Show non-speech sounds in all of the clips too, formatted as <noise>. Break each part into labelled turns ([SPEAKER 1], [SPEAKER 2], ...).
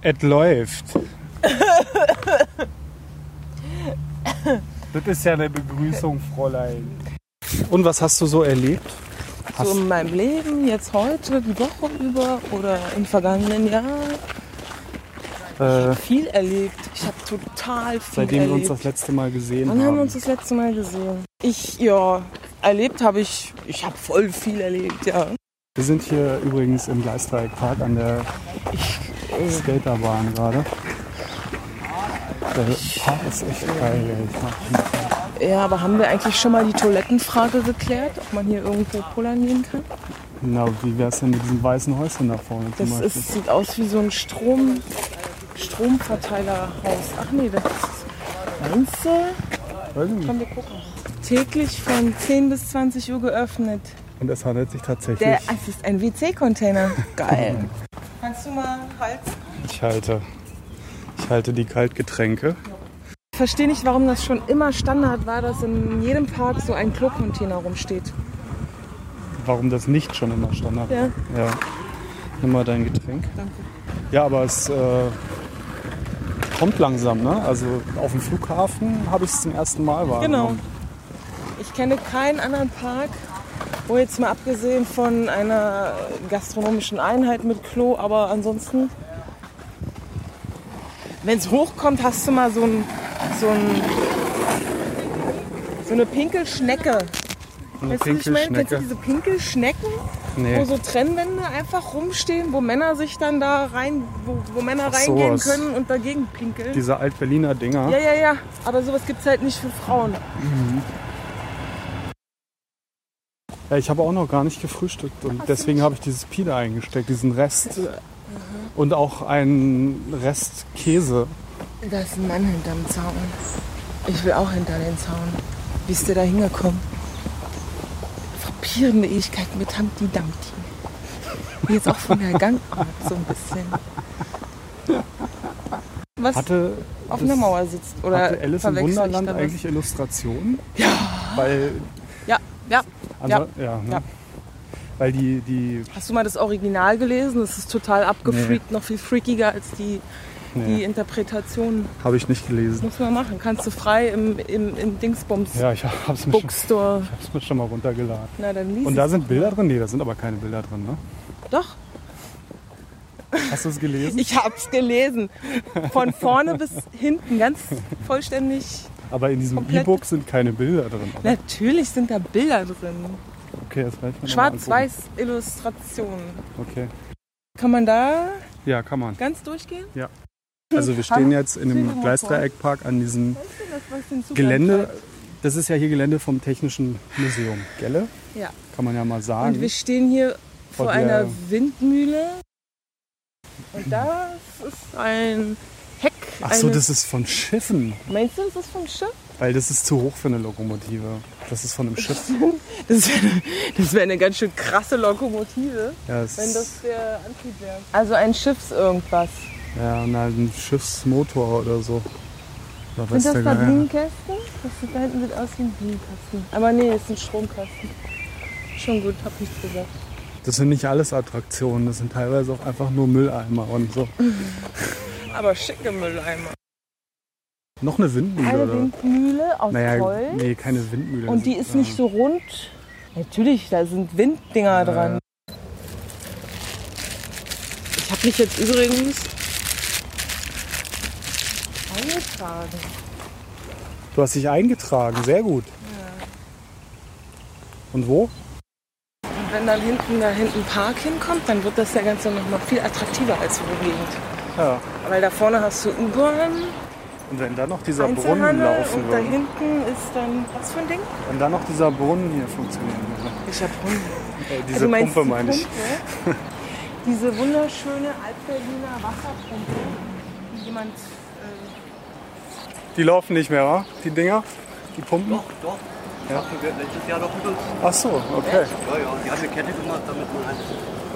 [SPEAKER 1] Es läuft. das ist ja eine Begrüßung, Fräulein. Und was hast du so erlebt? Hast
[SPEAKER 2] So in meinem Leben, jetzt heute, die Woche über oder im vergangenen Jahr
[SPEAKER 1] äh,
[SPEAKER 2] viel erlebt. Ich habe total viel
[SPEAKER 1] seitdem wir
[SPEAKER 2] erlebt.
[SPEAKER 1] uns das letzte Mal gesehen
[SPEAKER 2] Wann haben
[SPEAKER 1] haben.
[SPEAKER 2] wir uns das letzte Mal gesehen? Ich, ja, erlebt habe ich, ich habe voll viel erlebt, ja.
[SPEAKER 1] wir sind hier übrigens im Gleisdreieck Park an der
[SPEAKER 2] äh,
[SPEAKER 1] Skaterbahn gerade. Der Park ist echt geil. ey. Ich mag den.
[SPEAKER 2] Ja, aber haben wir eigentlich schon mal die Toilettenfrage geklärt, ob man hier irgendwo pullern gehen kann?
[SPEAKER 1] Na, wie wär's denn mit diesen weißen Häuschen da vorne zum
[SPEAKER 2] Das
[SPEAKER 1] Beispiel?
[SPEAKER 2] ist, sieht aus wie so ein Strom, Stromverteilerhaus. Ach nee, das ist. Meinst du?
[SPEAKER 1] Weiß ich nicht.
[SPEAKER 2] Können wir gucken. Täglich von 10 bis 20 Uhr geöffnet.
[SPEAKER 1] Und es handelt sich tatsächlich.
[SPEAKER 2] Der, ach, das ist ein WC-Container. Geil. Kannst du mal halten?
[SPEAKER 1] ich halte. Ich halte die Kaltgetränke.
[SPEAKER 2] Ich verstehe nicht, warum das schon immer Standard war, dass in jedem Park so ein Klo-Container rumsteht.
[SPEAKER 1] Warum das nicht schon immer Standard
[SPEAKER 2] Ja.
[SPEAKER 1] war. Ja. Nimm mal dein Getränk.
[SPEAKER 2] Danke.
[SPEAKER 1] Ja, aber es äh, kommt langsam, ne? Also auf dem Flughafen habe ich es zum ersten Mal
[SPEAKER 2] Genau.
[SPEAKER 1] wahrgenommen.
[SPEAKER 2] Ich kenne keinen anderen Park, wo jetzt mal abgesehen von einer gastronomischen Einheit mit Klo, aber ansonsten, wenn es hochkommt, hast du mal so, ein, so, ein, so eine Pinkelschnecke.
[SPEAKER 1] Genau. Eine
[SPEAKER 2] Weißt du, was ich meine? Kennst du
[SPEAKER 1] Pinkelschnecke.
[SPEAKER 2] diese Pinkelschnecken, wo
[SPEAKER 1] Nee.
[SPEAKER 2] so Trennwände einfach rumstehen, wo Männer sich dann da rein, wo, wo Männer
[SPEAKER 1] Ach,
[SPEAKER 2] reingehen
[SPEAKER 1] sowas.
[SPEAKER 2] können und dagegen pinkeln?
[SPEAKER 1] Diese Alt-Berliner Dinger.
[SPEAKER 2] Ja, ja, ja. Aber sowas gibt es halt nicht für Frauen.
[SPEAKER 1] Ja, ich habe auch noch gar nicht gefrühstückt und deswegen habe ich dieses Pide eingesteckt, diesen Rest. Und auch einen Rest Käse.
[SPEAKER 2] Da ist ein Mann hinterm Zaun. Ich will auch hinter den Zaun. Wie ist der da hingekommen? Frappierende Ewigkeit mit Humpty Dumpty. Hier ist auch von der Gangart so ein bisschen. Was
[SPEAKER 1] Hatte,
[SPEAKER 2] auf
[SPEAKER 1] das-
[SPEAKER 2] einer Mauer sitzt. Oder
[SPEAKER 1] hatte Alice im
[SPEAKER 2] verwechsel ich da
[SPEAKER 1] Wunderland
[SPEAKER 2] was?
[SPEAKER 1] eigentlich Illustrationen? Ja. Weil,
[SPEAKER 2] Ja, ja.
[SPEAKER 1] also, ja. ne?
[SPEAKER 2] Ja.
[SPEAKER 1] Weil die, die,
[SPEAKER 2] Hast du mal das Original gelesen? Das ist total abgefreakt, noch viel freakiger als die, die
[SPEAKER 1] nee,
[SPEAKER 2] Interpretation.
[SPEAKER 1] habe ich nicht gelesen.
[SPEAKER 2] Muss man machen. Kannst du frei im, im, im Dingsbums
[SPEAKER 1] Ja, ich habe es mir, schon-
[SPEAKER 2] Bookstore.
[SPEAKER 1] ich hab's mir schon mal runtergeladen.
[SPEAKER 2] Na, dann lies
[SPEAKER 1] Und da
[SPEAKER 2] es.
[SPEAKER 1] sind Bilder drin? Nee, da sind aber keine Bilder drin, ne?
[SPEAKER 2] Doch,
[SPEAKER 1] Hast du es gelesen?
[SPEAKER 2] ich hab's gelesen. Von vorne bis hinten, ganz vollständig.
[SPEAKER 1] Aber in diesem
[SPEAKER 2] komplett-
[SPEAKER 1] E-Book sind keine Bilder drin. oder?
[SPEAKER 2] Natürlich sind da Bilder drin.
[SPEAKER 1] Okay, das werde ich mir noch mal angucken.
[SPEAKER 2] Schwarz-weiß Illustrationen.
[SPEAKER 1] Okay.
[SPEAKER 2] Kann man da
[SPEAKER 1] Ja, kann man.
[SPEAKER 2] ganz durchgehen?
[SPEAKER 1] Also wir stehen jetzt in
[SPEAKER 2] Haben-
[SPEAKER 1] dem Gleisdreieckpark an diesem
[SPEAKER 2] Weißt du das, was den Zugang
[SPEAKER 1] Gelände.
[SPEAKER 2] zeigt?
[SPEAKER 1] Das ist ja hier Gelände vom Technischen Museum, gelle?
[SPEAKER 2] Ja.
[SPEAKER 1] Kann man ja mal
[SPEAKER 2] Und
[SPEAKER 1] sagen.
[SPEAKER 2] wir stehen hier
[SPEAKER 1] Vor
[SPEAKER 2] vor
[SPEAKER 1] der-
[SPEAKER 2] einer Windmühle. Und das ist ein Heck.
[SPEAKER 1] Ach so,
[SPEAKER 2] eine-
[SPEAKER 1] das ist von Schiffen,
[SPEAKER 2] Meinst du, das ist vom Schiff?
[SPEAKER 1] weil das ist zu hoch für eine Lokomotive. Das ist von einem
[SPEAKER 2] <laughs>
[SPEAKER 1] Schiff.
[SPEAKER 2] Das wäre das wär eine ganz schön krasse Lokomotive,
[SPEAKER 1] Ja, das
[SPEAKER 2] wenn
[SPEAKER 1] ist,
[SPEAKER 2] das der Antrieb wäre. Also ein Schiffs-Irgendwas.
[SPEAKER 1] ja na, ein Schiffsmotor oder so. Oder weiß
[SPEAKER 2] Sind das
[SPEAKER 1] der
[SPEAKER 2] da
[SPEAKER 1] Geier.
[SPEAKER 2] Bienenkästen? Das sieht da hinten sieht aus wie ein Bienenkasten. Aber nee, ist ein Stromkasten. Schon gut, hab nichts gesagt.
[SPEAKER 1] Das sind nicht alles Attraktionen, das sind teilweise auch einfach nur Mülleimer und so.
[SPEAKER 2] Aber schicke Mülleimer.
[SPEAKER 1] Noch eine Windmühle,
[SPEAKER 2] Eine
[SPEAKER 1] oder?
[SPEAKER 2] Windmühle aus
[SPEAKER 1] Naja,
[SPEAKER 2] Holz.
[SPEAKER 1] nee, keine Windmühle.
[SPEAKER 2] Und die ist nicht so rund. Natürlich, da sind Winddinger
[SPEAKER 1] Äh,
[SPEAKER 2] dran. Ich habe mich jetzt übrigens eingetragen.
[SPEAKER 1] Du hast dich eingetragen, sehr gut. Und wo?
[SPEAKER 2] Und wenn dann hinten da hinten Park hinkommt, dann wird das ja Ganze noch mal viel attraktiver als so Gegend.
[SPEAKER 1] Ja.
[SPEAKER 2] Weil da vorne hast du U-Bahn,
[SPEAKER 1] Und wenn dann noch dieser Brunnen
[SPEAKER 2] Einzelhandel
[SPEAKER 1] laufen
[SPEAKER 2] und da
[SPEAKER 1] würde.
[SPEAKER 2] hinten ist dann was für ein Ding?
[SPEAKER 1] Wenn dann noch dieser Brunnen hier funktionieren würde.
[SPEAKER 2] Ich hab Hunde. Also
[SPEAKER 1] Äh, diese Pumpe meine ich.
[SPEAKER 2] Diese wunderschöne Altberliner Wasserpumpe, die jemand äh,
[SPEAKER 1] Die laufen nicht mehr, wa? Die Dinger? Die Pumpen?
[SPEAKER 3] Doch, doch. Das hatten wir letztes Jahr doch benutzt.
[SPEAKER 1] Ach so, okay.
[SPEAKER 3] Ja, ja, die haben eine Kette gemacht, damit man halt.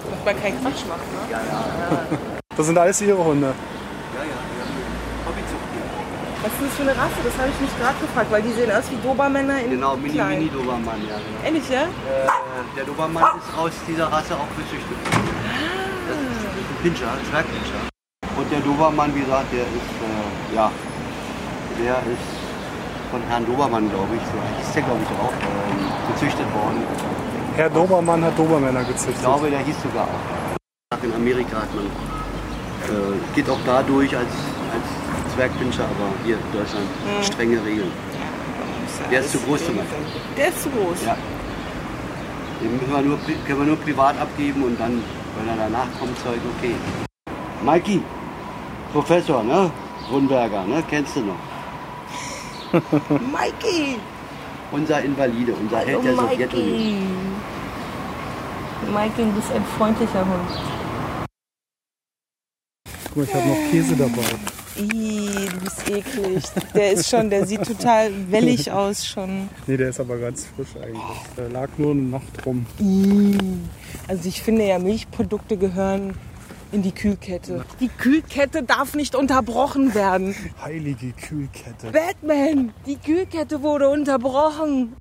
[SPEAKER 2] damit man keinen Quatsch macht, ne?
[SPEAKER 3] Ja, ja,
[SPEAKER 1] Das sind alles ihre Hunde.
[SPEAKER 3] ja, ja. die haben eine Hobbyzucht hier.
[SPEAKER 2] Was ist das für eine Rasse? Das habe ich mich gerade gefragt, weil die sehen aus wie Dobermänner in
[SPEAKER 3] Genau, Mini,
[SPEAKER 2] klein.
[SPEAKER 3] Mini Dobermann, ja. Genau.
[SPEAKER 2] Ähnlich, ja?
[SPEAKER 3] Äh, der Dobermann ist aus dieser Rasse auch gezüchtet. Das ist ein Pinscher, ein Zwergpinscher. Und der Dobermann, wie gesagt, der ist, äh, ja, der ist von Herrn Dobermann, glaube ich, so heißt der, glaube ich, auch, ähm, gezüchtet worden.
[SPEAKER 1] Herr Dobermann hat Dobermänner gezüchtet.
[SPEAKER 3] Ich glaube, der hieß sogar auch. In Amerika hat man, äh, geht auch da durch als, als Zwergpinscher, aber hier in Deutschland strenge Regeln. Der ist zu groß zum Beispiel.
[SPEAKER 2] Der ist zu groß.
[SPEAKER 3] Ja. Den müssen wir nur, pri- können wir nur privat abgeben und dann, wenn er danach kommt, Zeug, okay. Mikey, Professor, ne? Grunberger, ne? Kennst du noch?
[SPEAKER 4] Mikey!
[SPEAKER 3] Unser Invalide, unser Held der Sowjetunion.
[SPEAKER 4] Mikey! Mikey, du bist ein freundlicher Hund.
[SPEAKER 1] Guck mal, ich habe noch Käse dabei.
[SPEAKER 2] Ih, du bist eklig. Der ist schon, der sieht total wellig aus schon.
[SPEAKER 1] Nee, der ist aber ganz frisch eigentlich. Der lag nur eine Nacht rum.
[SPEAKER 2] Also ich finde ja, Milchprodukte gehören in die Kühlkette. Die Kühlkette darf nicht unterbrochen werden.
[SPEAKER 1] Heilige Kühlkette.
[SPEAKER 2] Batman, die Kühlkette wurde unterbrochen.